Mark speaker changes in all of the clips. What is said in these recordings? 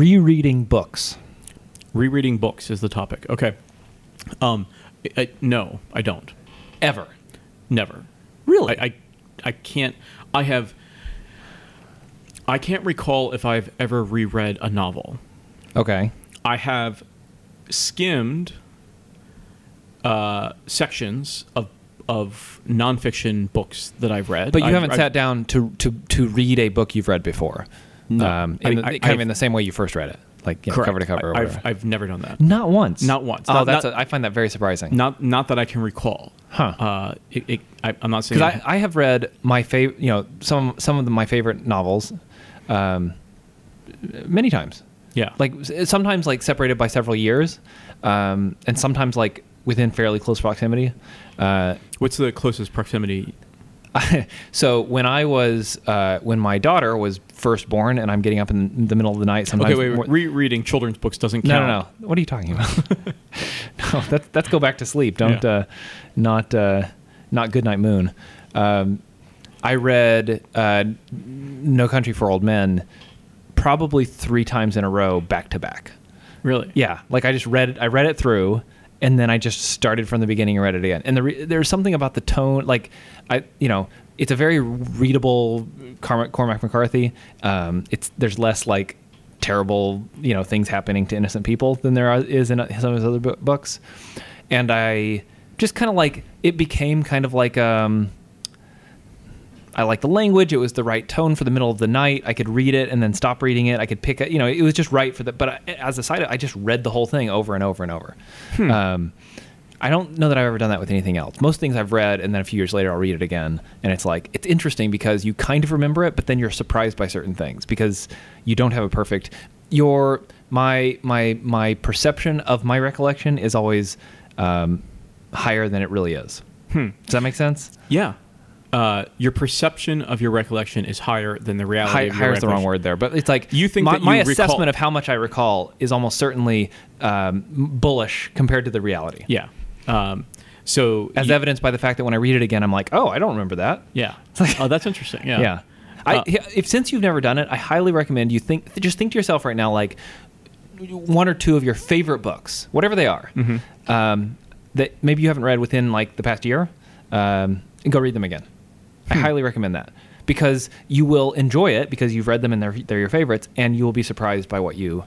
Speaker 1: rereading books.
Speaker 2: Rereading books is the topic. Okay. Um, I, I- no, I don't. Ever. Never. Really? I, I, I can't. I have. I can't recall if I've ever reread a novel.
Speaker 1: Okay.
Speaker 2: I have skimmed uh, sections of of nonfiction books that I've read.
Speaker 1: But you
Speaker 2: I've-
Speaker 1: haven't
Speaker 2: I've-
Speaker 1: sat down to, to, to read a book you've read before.
Speaker 2: No.
Speaker 1: Um,
Speaker 2: I
Speaker 1: in the,
Speaker 2: mean, I-
Speaker 1: kind of
Speaker 2: I've-
Speaker 1: in the same way you first read it, like you know,
Speaker 2: Correct.
Speaker 1: cover to cover. or
Speaker 2: I,
Speaker 1: whatever.
Speaker 2: have I've never done that.
Speaker 1: Not once.
Speaker 2: Not once.
Speaker 1: Oh,
Speaker 2: Not-
Speaker 1: that's.
Speaker 2: not-
Speaker 1: a, I find that very surprising.
Speaker 2: Not not that I can recall.
Speaker 1: Huh.
Speaker 2: Uh, it, it, I, I'm not saying.
Speaker 1: because I, I have read my favorite, you know, some some of the, my favorite novels, um, many times.
Speaker 2: Yeah.
Speaker 1: Like s- sometimes like separated by several years, um, and sometimes like within fairly close proximity. Uh,
Speaker 2: What's the closest proximity?
Speaker 1: so when I was uh, when my daughter was first born, and I'm getting up in the middle of the night sometimes.
Speaker 2: Okay, wait. wait
Speaker 1: more-
Speaker 2: rereading children's books doesn't
Speaker 1: no,
Speaker 2: count.
Speaker 1: no, no. What are you talking about? no, that's that's go back to sleep. Don't
Speaker 2: Yeah.
Speaker 1: uh, not uh, not good night moon. Um, I read uh, No Country for Old Men probably three times in a row, back to back.
Speaker 2: Really?
Speaker 1: Yeah, like I just read it. I read it through, and then I just started from the beginning and read it again. And the re- there's something about the tone, like I, you know, it's a very readable Cormac, Cormac McCarthy. Um, it's there's less like terrible, you know, things happening to innocent people than there are, is in some of his other bu- books. And I just kind of like it became kind of like um, I liked the language. It was the right tone for the middle of the night. I could read it and then stop reading it. I could pick it. You know, it was just right for the. But I, as a side, I just read the whole thing over and over and over. Um, I don't know that I've ever done that with anything else. Most things I've read, and then a few years later, I'll read it again, and it's like it's interesting because you kind of remember it, but then you're surprised by certain things because you don't have a perfect. Your my my my perception of my recollection is always um, higher than it really is. Does that make sense?
Speaker 2: Yeah. Uh, your perception of your recollection is higher than the reality.
Speaker 1: High,
Speaker 2: of your
Speaker 1: higher is the wrong
Speaker 2: recollection.
Speaker 1: word there, but it's like
Speaker 2: You think
Speaker 1: my,
Speaker 2: that you
Speaker 1: my
Speaker 2: recall-
Speaker 1: assessment of how much I recall is almost certainly um, bullish compared to the reality,
Speaker 2: Yeah. Um, so
Speaker 1: as
Speaker 2: you-
Speaker 1: evidenced by the fact that when I read it again, I'm like, oh, I don't remember that.
Speaker 2: Yeah.
Speaker 1: like-
Speaker 2: oh, that's interesting. Yeah.
Speaker 1: Yeah. I,
Speaker 2: Uh,
Speaker 1: if since you've never done it, I highly recommend you think just think to yourself right now like one or two of your favorite books, whatever they are,
Speaker 2: Mm-hmm.
Speaker 1: um, that maybe you haven't read within like the past year, um, and go read them again.
Speaker 2: Hmm.
Speaker 1: I highly recommend that because you will enjoy it because you've read them and they're they're your favorites, and you will be surprised by what you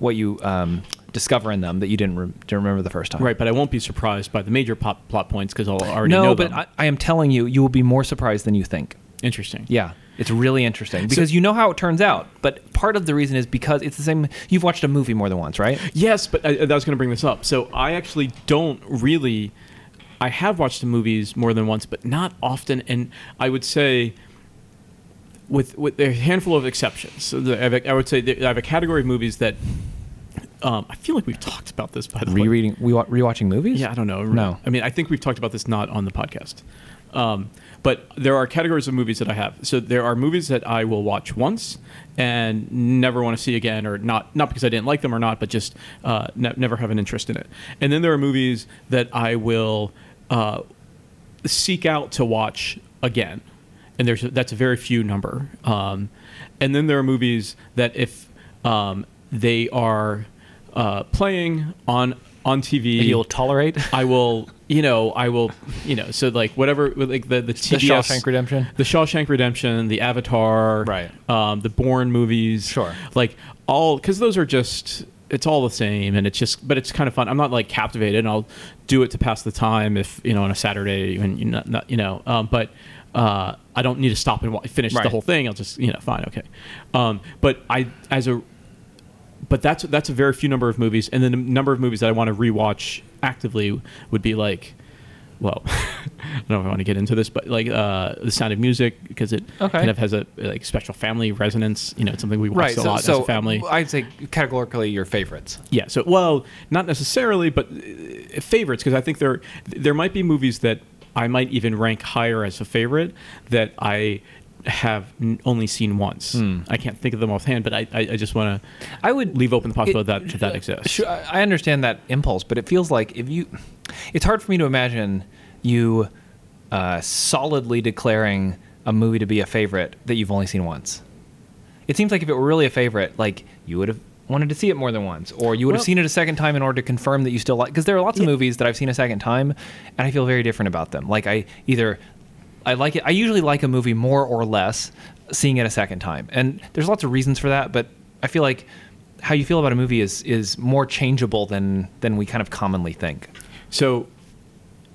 Speaker 1: what you um, discover in them that you didn't, re- didn't remember the first time.
Speaker 2: Right, but I won't be surprised by the major pop, plot points because I'll already
Speaker 1: No,
Speaker 2: know
Speaker 1: but
Speaker 2: them.
Speaker 1: I, I am telling you, you will be more surprised than you think.
Speaker 2: Interesting.
Speaker 1: Yeah, it's really interesting because you know how it turns out. But part of the reason is because it's the same. You've watched a movie more than once, right?
Speaker 2: Yes, but I, I was going to bring this up. So I actually don't really. I have watched the movies more than once, but not often. And I would say, with with a handful of exceptions, so the, I have a- I would say that I have a category of movies that. Um, I feel like we've talked about this by the way.
Speaker 1: Rereading, we wa- rewatching movies.
Speaker 2: Yeah, I don't know.
Speaker 1: No.
Speaker 2: I mean, I think we've talked about this not on the podcast. Um, but there are categories of movies that I have. So there are movies that I will watch once and never want to see again, or not not because I didn't like them or not, but just uh, ne- never have an interest in it. And then there are movies that I will uh, seek out to watch again, and there's that's a very few number. Um, and then there are movies that if um, they are uh, playing on on TV,
Speaker 1: You'll tolerate
Speaker 2: I will, you know, I will, you know, so like whatever, like the the TBS,
Speaker 1: Shawshank Redemption?
Speaker 2: the Shawshank Redemption, the Avatar,
Speaker 1: Right.
Speaker 2: Um, the Bourne movies,
Speaker 1: Sure.
Speaker 2: like all because those are just it's all the same and it's just but it's kind of fun. I'm not like captivated. and I'll do it to pass the time if you know on a Saturday when you not, not you know, um, but. Uh, I don't need to stop and wa- finish
Speaker 1: Right.
Speaker 2: the whole thing. I'll just, you know, fine, okay. Um, but I, as a but that's that's a very few number of movies, and then the number of movies that I want to rewatch actively would be like, well, I don't know if I want to get into this, but like uh, The Sound of Music because it
Speaker 1: Okay.
Speaker 2: kind of has a like special family resonance. You know, it's something we watched
Speaker 1: right.
Speaker 2: a
Speaker 1: so,
Speaker 2: lot as
Speaker 1: so uh,
Speaker 2: a family.
Speaker 1: I'd say categorically your favorites.
Speaker 2: yeah, so well, not necessarily, but uh, favorites because I think there there might be movies that I might even rank higher as a favorite that I have n- only seen once. I can't think of them offhand, but I I, I just want to
Speaker 1: I would
Speaker 2: leave open the
Speaker 1: It-
Speaker 2: possibility that that exists.
Speaker 1: Sure, I I understand that impulse, but it feels like if you, it's hard for me to imagine you uh, solidly declaring a movie to be a favorite that you've only seen once. It seems like if it were really a favorite, like you would have wanted to see it more than once, or you would
Speaker 2: Well-
Speaker 1: have seen it a second time in order to confirm that you still like. Because there are lots of
Speaker 2: Yeah.
Speaker 1: movies that I've seen a second time, and I feel very different about them. Like I either I like it. I usually like a movie more or less seeing it a second time, and there's lots of reasons for that. But I feel like how you feel about a movie is is more changeable than than we kind of commonly think.
Speaker 2: So,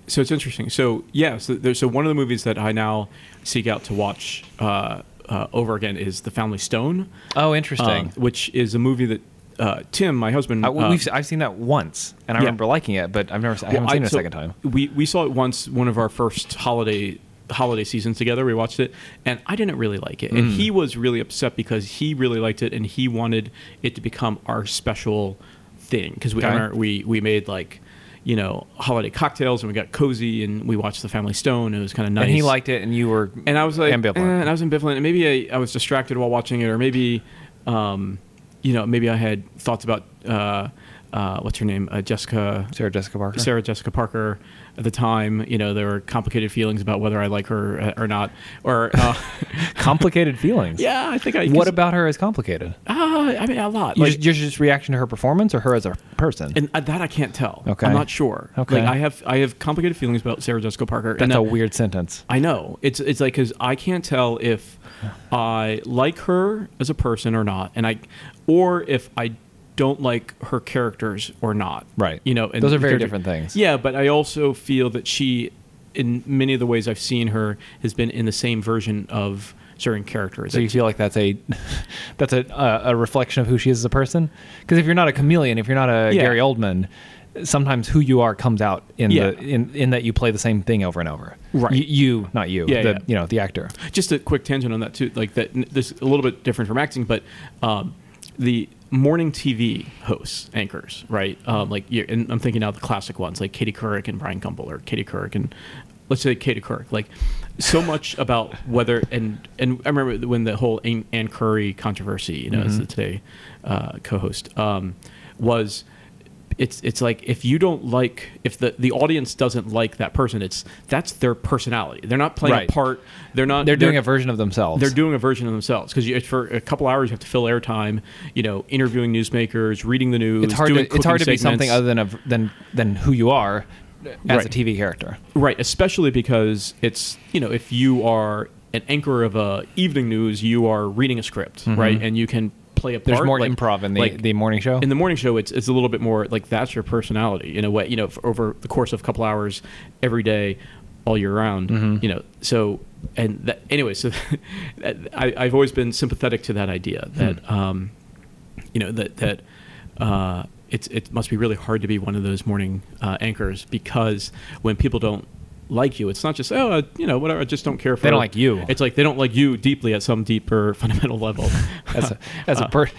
Speaker 2: so it's interesting. So yeah, so, there's, so one of the movies that I now seek out to watch uh, uh, over again is The Family Stone,
Speaker 1: Oh,
Speaker 2: um,
Speaker 1: interesting.
Speaker 2: which is a movie that uh, Tim, my husband,
Speaker 1: I,
Speaker 2: uh,
Speaker 1: we've, I've seen that once, and I
Speaker 2: yeah.
Speaker 1: remember liking it, but I've never. I haven't
Speaker 2: Well,
Speaker 1: seen it a
Speaker 2: so
Speaker 1: second time.
Speaker 2: We we saw it once, one of our first holiday holiday seasons together. We watched it, and I didn't really like it,
Speaker 1: Hmm.
Speaker 2: and he was really upset because he really liked it, and he wanted it to become our special thing because we
Speaker 1: Okay.
Speaker 2: on our- we we made like you know holiday cocktails, and we got cozy, and we watched The Family Stone. And it was kind of nice,
Speaker 1: And he liked it, and you were.
Speaker 2: and I was like
Speaker 1: ambivalent.
Speaker 2: eh, and I was ambivalent, and maybe I, I was distracted while watching it, or maybe, um, you know, maybe I had thoughts about uh, uh, what's her name, uh, Jessica
Speaker 1: Sarah Jessica Parker.
Speaker 2: Sarah Jessica Parker at the time. You know, there were complicated feelings about whether I like her uh, or not. Or uh,
Speaker 1: complicated feelings.
Speaker 2: yeah, I think I.
Speaker 1: What about her is complicated?
Speaker 2: Uh, I mean, a lot.
Speaker 1: Your
Speaker 2: Like,
Speaker 1: just, your just reaction to her performance, or her as a person?
Speaker 2: and uh, that I can't tell.
Speaker 1: Okay.
Speaker 2: I'm not sure.
Speaker 1: Okay.
Speaker 2: Like I have I have complicated feelings about Sarah Jessica Parker.
Speaker 1: That's
Speaker 2: and, uh,
Speaker 1: a weird sentence.
Speaker 2: I know. It's it's like because I can't tell if I like her as a person or not, and I, or if I don't like her characters or not.
Speaker 1: Right.
Speaker 2: You know,
Speaker 1: Those are very
Speaker 2: character-
Speaker 1: different things.
Speaker 2: Yeah, but I also feel that she, in many of the ways I've seen her, has been in the same version of certain characters.
Speaker 1: So you feel like that's a that's a uh, a reflection of who she is as a person? Because if you're not a chameleon, if you're not a
Speaker 2: Yeah.
Speaker 1: Gary Oldman, sometimes who you are comes out in
Speaker 2: Yeah.
Speaker 1: the in, in that you play the same thing over and over.
Speaker 2: Right.
Speaker 1: Y- you, not you.
Speaker 2: Yeah,
Speaker 1: the,
Speaker 2: yeah.
Speaker 1: You know, the actor.
Speaker 2: just a quick tangent on that too like that n- this is a little bit different from acting but um, the morning tv hosts anchors right um, like you and i'm thinking now of the classic ones like katie couric and brian gumbel or katie couric and let's say katie couric like so much about whether and and i remember when the whole Ann Ann curry controversy you know as the today uh, co-host um, was it's it's like if you don't like if the, the audience doesn't like that person it's that's their personality they're not playing
Speaker 1: Right.
Speaker 2: a part they're not
Speaker 1: They're doing a version of themselves.
Speaker 2: they're doing a version of themselves because for a couple hours you have to fill airtime, you know, interviewing newsmakers, reading the news.
Speaker 1: it's hard
Speaker 2: doing
Speaker 1: to, it's hard to
Speaker 2: cooking
Speaker 1: be something
Speaker 2: segments.
Speaker 1: other than a, than than who you are as
Speaker 2: Right.
Speaker 1: a TV character.
Speaker 2: right? Especially because it's you know if you are an anchor of a evening news, you are reading a script, right? And you can play a part.
Speaker 1: Mm-hmm. There's more
Speaker 2: like-
Speaker 1: improv in the
Speaker 2: like-
Speaker 1: the morning show.
Speaker 2: in the morning show, it's it's a little bit more like that's your personality in a way. You know, f over the course of a couple hours, every day, all year round.
Speaker 1: Mm-hmm.
Speaker 2: You know, so and that, anyway, so that- I, I've always been sympathetic to that idea
Speaker 1: Hmm.
Speaker 2: that um, you know that that uh, it's it must be really hard to be one of those morning uh, anchors because when people don't like you, it's not just oh uh, you know whatever I just don't care for.
Speaker 1: don't like you.
Speaker 2: It's like they don't like you deeply at some deeper fundamental level. Uh,
Speaker 1: as a, as a per-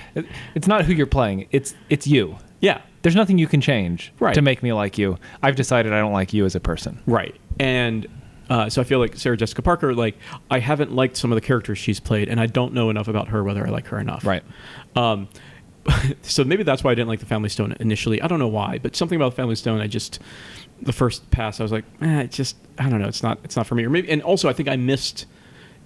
Speaker 1: it's not who you're playing. It's it's you.
Speaker 2: yeah.
Speaker 1: There's nothing you can change
Speaker 2: Right.
Speaker 1: to make me like you. I've decided I don't like you as a person.
Speaker 2: Right. And uh, so I feel like Sarah Jessica Parker, like, I haven't liked some of the characters she's played, and I don't know enough about her whether I like her enough.
Speaker 1: Right.
Speaker 2: Um, so maybe that's why I didn't like The Family Stone initially. I don't know why, but something about The Family Stone, I just, the first pass, I was like, eh, it just, I don't know, it's not, it's not for me. Or maybe, and also I think I missed,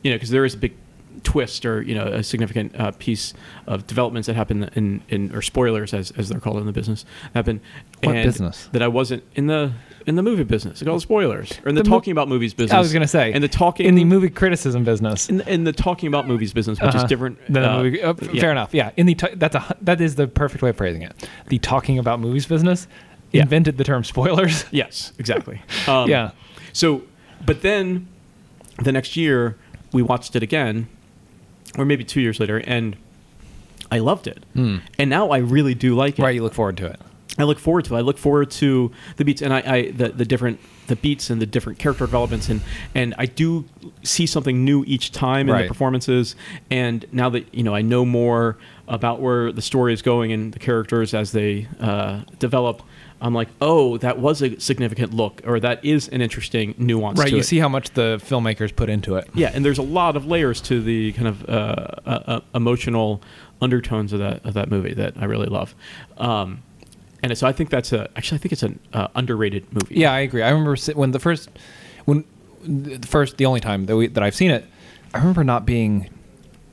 Speaker 2: you know, because there is a big twist or you know a significant uh, piece of developments that happen in, in or spoilers as, as they're called in the business happen
Speaker 1: What
Speaker 2: and
Speaker 1: business?
Speaker 2: that I wasn't in the in the movie business. Like all the spoilers, or in the,
Speaker 1: The mo-
Speaker 2: talking about movies business.
Speaker 1: I was gonna say
Speaker 2: and the talking
Speaker 1: in the movie criticism business,
Speaker 2: in the, in the talking about movies business, which
Speaker 1: Uh-huh.
Speaker 2: is different
Speaker 1: Than the
Speaker 2: uh,
Speaker 1: movie- uh,
Speaker 2: yeah.
Speaker 1: Fair enough. Yeah, in the t- that's a hu- that is the perfect way of phrasing it. The talking about movies business
Speaker 2: Yeah.
Speaker 1: invented the term spoilers.
Speaker 2: Yes, exactly. Um,
Speaker 1: Yeah.
Speaker 2: So, but then the next year we watched it again, or maybe two years later, and I loved it. And now I really do like it.
Speaker 1: Hmm. Right. You look forward to it.
Speaker 2: I look forward to. I look forward to the beats and I, I the, the different the beats and the different character developments and and I do see something new each time in
Speaker 1: Right.
Speaker 2: the performances. And now that you know, I know more about where the story is going and the characters as they uh, develop. I'm like, oh, that was a significant look, or that is an interesting nuance.
Speaker 1: Right.
Speaker 2: to
Speaker 1: You
Speaker 2: it.
Speaker 1: see how much the filmmakers put into it.
Speaker 2: Yeah, and there's a lot of layers to the kind of uh, uh, uh, emotional undertones of that of that movie that I really love. Um, and so I think that's a actually I think it's an uh, underrated movie.
Speaker 1: Yeah, I agree. I remember si- when the first, when the first, the only time that we that I've seen it, I remember not being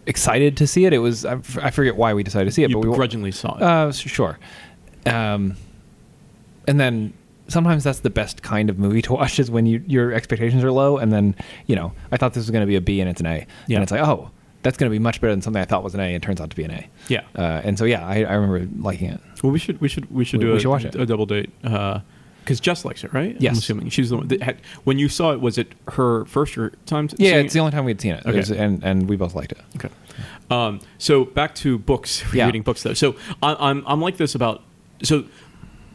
Speaker 1: excited to see it. It was I, f- I forget why we decided to see it,
Speaker 2: you
Speaker 1: but we wa-
Speaker 2: begrudgingly saw it.
Speaker 1: Uh, s- sure. Um, and then sometimes that's the best kind of movie to watch is when you your expectations are low, and then you know I thought this was going to be a B and it's an A,
Speaker 2: Yeah.
Speaker 1: and it's like oh that's going to be much better than something I thought was an A and it turns out to be an A.
Speaker 2: Yeah.
Speaker 1: Uh, and so yeah, I, I remember liking it.
Speaker 2: well, we should we should we should
Speaker 1: We-
Speaker 2: do
Speaker 1: we
Speaker 2: a,
Speaker 1: should watch it.
Speaker 2: a double date because Jess likes it, right?
Speaker 1: Yes.
Speaker 2: I'm assuming she's the one that had, when you saw it. Was it her first or time?
Speaker 1: Yeah,
Speaker 2: seeing
Speaker 1: it's the only time we'd seen it, It
Speaker 2: Okay.
Speaker 1: was- and and we both liked it.
Speaker 2: Okay. Um, so back to books,
Speaker 1: Yeah.
Speaker 2: reading books though. So I, I'm I'm like this about so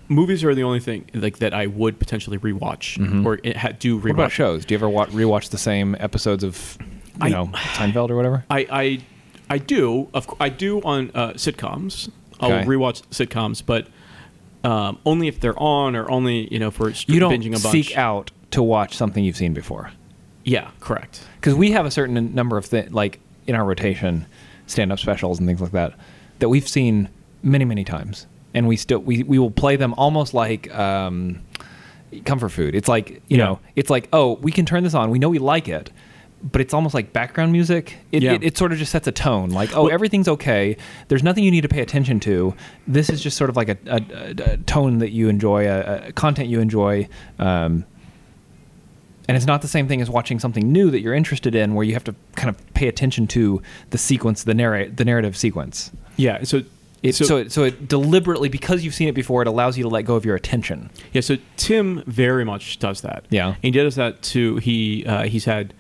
Speaker 2: movies are the only thing like that I would potentially rewatch or it ha- do rewatch.
Speaker 1: Mm-hmm. What about shows? Do you ever wa- rewatch the same episodes of you
Speaker 2: I-
Speaker 1: know Seinfeld or whatever?
Speaker 2: I I, I do of cou- I do on uh, sitcoms. I'll
Speaker 1: Okay.
Speaker 2: rewatch sitcoms, but um, only if they're on or only you know if we're st-
Speaker 1: You don't
Speaker 2: binging a bunch.
Speaker 1: seek out to watch something you've seen before.
Speaker 2: Yeah, correct.
Speaker 1: because we have a certain number of thi- like in our rotation stand-up specials and things like that that we've seen many many times and we still we, we will play them almost like um, comfort food it's like you
Speaker 2: Yeah.
Speaker 1: know it's like oh we can turn this on we know we like it but it's almost like background music it,
Speaker 2: Yeah.
Speaker 1: it, it sort of just sets a tone like oh
Speaker 2: Well-
Speaker 1: everything's okay there's nothing you need to pay attention to this is just sort of like a, a, a- a tone that you enjoy a, a content you enjoy um, and it's not the same thing as watching something new that you're interested in, where you have to kind of pay attention to the sequence, the narrate, the narrative sequence.
Speaker 2: Yeah. So
Speaker 1: It, so,
Speaker 2: so,
Speaker 1: so, it, so it deliberately, because you've seen it before, it allows you to let go of your attention.
Speaker 2: Yeah, so Tim very much does that.
Speaker 1: Yeah.
Speaker 2: he does that too. He uh, he's had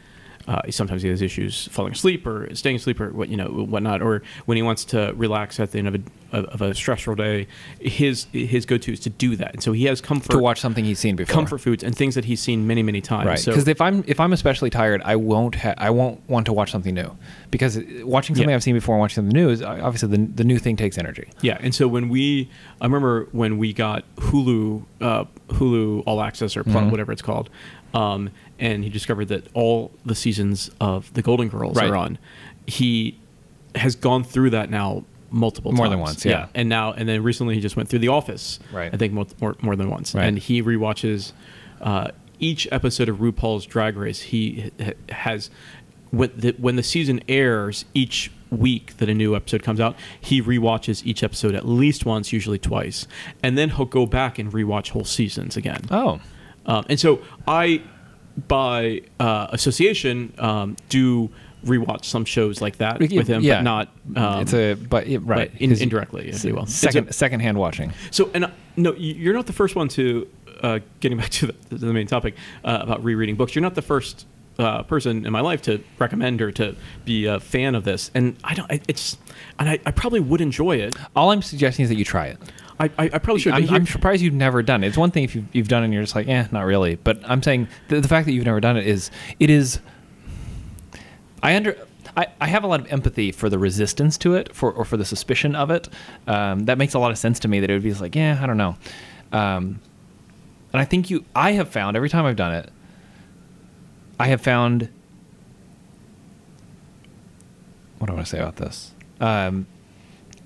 Speaker 2: uh, sometimes he has issues falling asleep or staying asleep or what you know whatnot. Or when he wants to relax at the end of a of a stressful day, his his go to is to do that. And so he has comfort
Speaker 1: to watch something he's seen before.
Speaker 2: comfort foods and things that he's seen many many times.
Speaker 1: right?
Speaker 2: So
Speaker 1: Because if I'm if I'm especially tired, I won't ha- I won't want to watch something new because watching something
Speaker 2: Yeah.
Speaker 1: I've seen before and watching something new is obviously the the new thing takes energy.
Speaker 2: Yeah, and so when we, I remember when we got Hulu, uh, Hulu All Access or
Speaker 1: Mm-hmm.
Speaker 2: Plum, whatever it's called, um, and he discovered that all the seasons of The Golden Girls
Speaker 1: Right.
Speaker 2: are on. He has gone through that now multiple
Speaker 1: More
Speaker 2: times.
Speaker 1: than once, yeah.
Speaker 2: and now and then recently he just went through The Office.
Speaker 1: Right.
Speaker 2: I think more more, more than once,
Speaker 1: Right.
Speaker 2: and he rewatches uh, each episode of RuPaul's Drag Race. He h- has when the, when the season airs each week that a new episode comes out, he rewatches each episode at least once, usually twice, and then he'll go back and rewatch whole seasons again.
Speaker 1: Oh,
Speaker 2: Um, and so I, by uh, association, um, do rewatch some shows like that with him, but not. Um,
Speaker 1: it's a but yeah, right
Speaker 2: but in-
Speaker 1: 'Cause
Speaker 2: indirectly, if you will. It's a-
Speaker 1: second secondhand watching.
Speaker 2: so, and uh, no, y- you're not the first one to uh, getting back to the, to the main topic uh, about rereading books. You're not the first uh, person in my life to recommend or to be a fan of this, and I don't. I- It's and I, I probably would enjoy it.
Speaker 1: All I'm suggesting is that you try it.
Speaker 2: I, I, I probably should.
Speaker 1: I'm,
Speaker 2: Here-
Speaker 1: I'm surprised you've never done it. It's one thing if you've, you've done it and you're just like, eh, not really. But I'm saying the, the fact that you've never done it is, it is. I under. I, I have a lot of empathy for the resistance to it, for or for the suspicion of it. Um, that makes a lot of sense to me. That it would be just like, yeah, I don't know. Um, and I think you, I have found every time I've done it, I have found. What do I want to say about this? Um,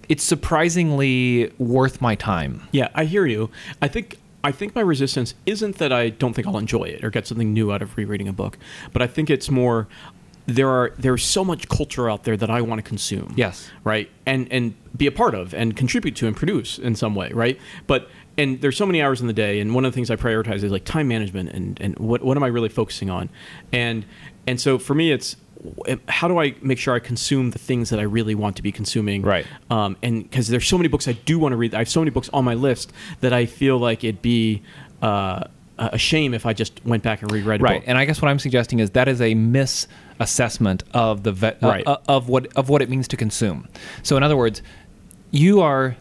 Speaker 1: it's surprisingly worth my time.
Speaker 2: Yeah, I hear you. I think I think my resistance isn't that I don't think I'll enjoy it or get something new out of rereading a book, but I think it's more there are there's so much culture out there that I want to consume.
Speaker 1: Yes.
Speaker 2: Right? And and be a part of and contribute to and produce in some way, right? But and there's so many hours in the day and one of the things I prioritize is like time management and and what what am I really focusing on? And and so for me it's w- how do I make sure I consume the things that I really want to be consuming?
Speaker 1: Right.
Speaker 2: um, and because there's so many books I do want to read. I have so many books on my list that I feel like it'd be uh, a shame if I just went back and reread.
Speaker 1: right
Speaker 2: a book.
Speaker 1: and i guess what i'm suggesting is that is a misassessment of the ve- uh,
Speaker 2: Right.
Speaker 1: uh, of what of what it means to consume so in other words you are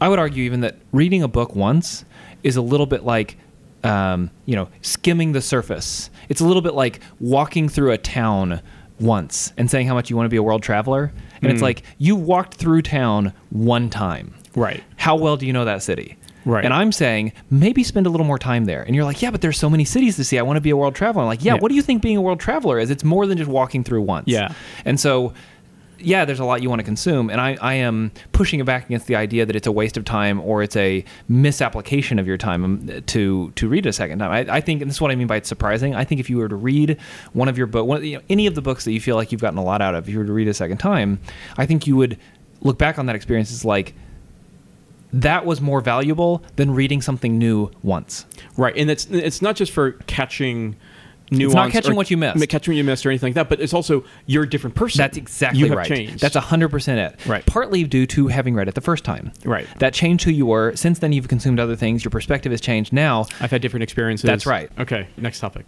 Speaker 1: i would argue even that reading a book once is a little bit like um, you know skimming the surface it's a little bit like walking through a town once and saying how much you want to be a world traveler and
Speaker 2: Hmm.
Speaker 1: it's like you walked through town one time
Speaker 2: Right.
Speaker 1: how well do you know that city?
Speaker 2: Right.
Speaker 1: And I'm saying maybe spend a little more time there. And you're like, yeah, but there's so many cities to see. I want to be a world traveler. I'm like, yeah,
Speaker 2: Yeah.
Speaker 1: what do you think being a world traveler is? It's more than just walking through once.
Speaker 2: Yeah.
Speaker 1: And so yeah, there's a lot you want to consume, and I, I am pushing it back against the idea that it's a waste of time or it's a misapplication of your time um, to to read it a second time. I, I think, and this is what I mean by it's surprising. I think if you were to read one of your book, one of the- you know, any of the books that you feel like you've gotten a lot out of, if you were to read a second time, I think you would look back on that experience as like that was more valuable than reading something new once.
Speaker 2: Right, and it's it's not just for catching nuance.
Speaker 1: not catching
Speaker 2: or
Speaker 1: what you missed.
Speaker 2: Catching what you missed or anything like that, but it's also you're a different person.
Speaker 1: That's exactly
Speaker 2: you have
Speaker 1: right.
Speaker 2: Changed.
Speaker 1: That's hundred percent it.
Speaker 2: Right.
Speaker 1: Partly due to having read it the first time.
Speaker 2: Right.
Speaker 1: That changed who you were. Since then, you've consumed other things. Your perspective has changed. Now,
Speaker 2: I've had different experiences.
Speaker 1: That's right.
Speaker 2: Okay, next topic.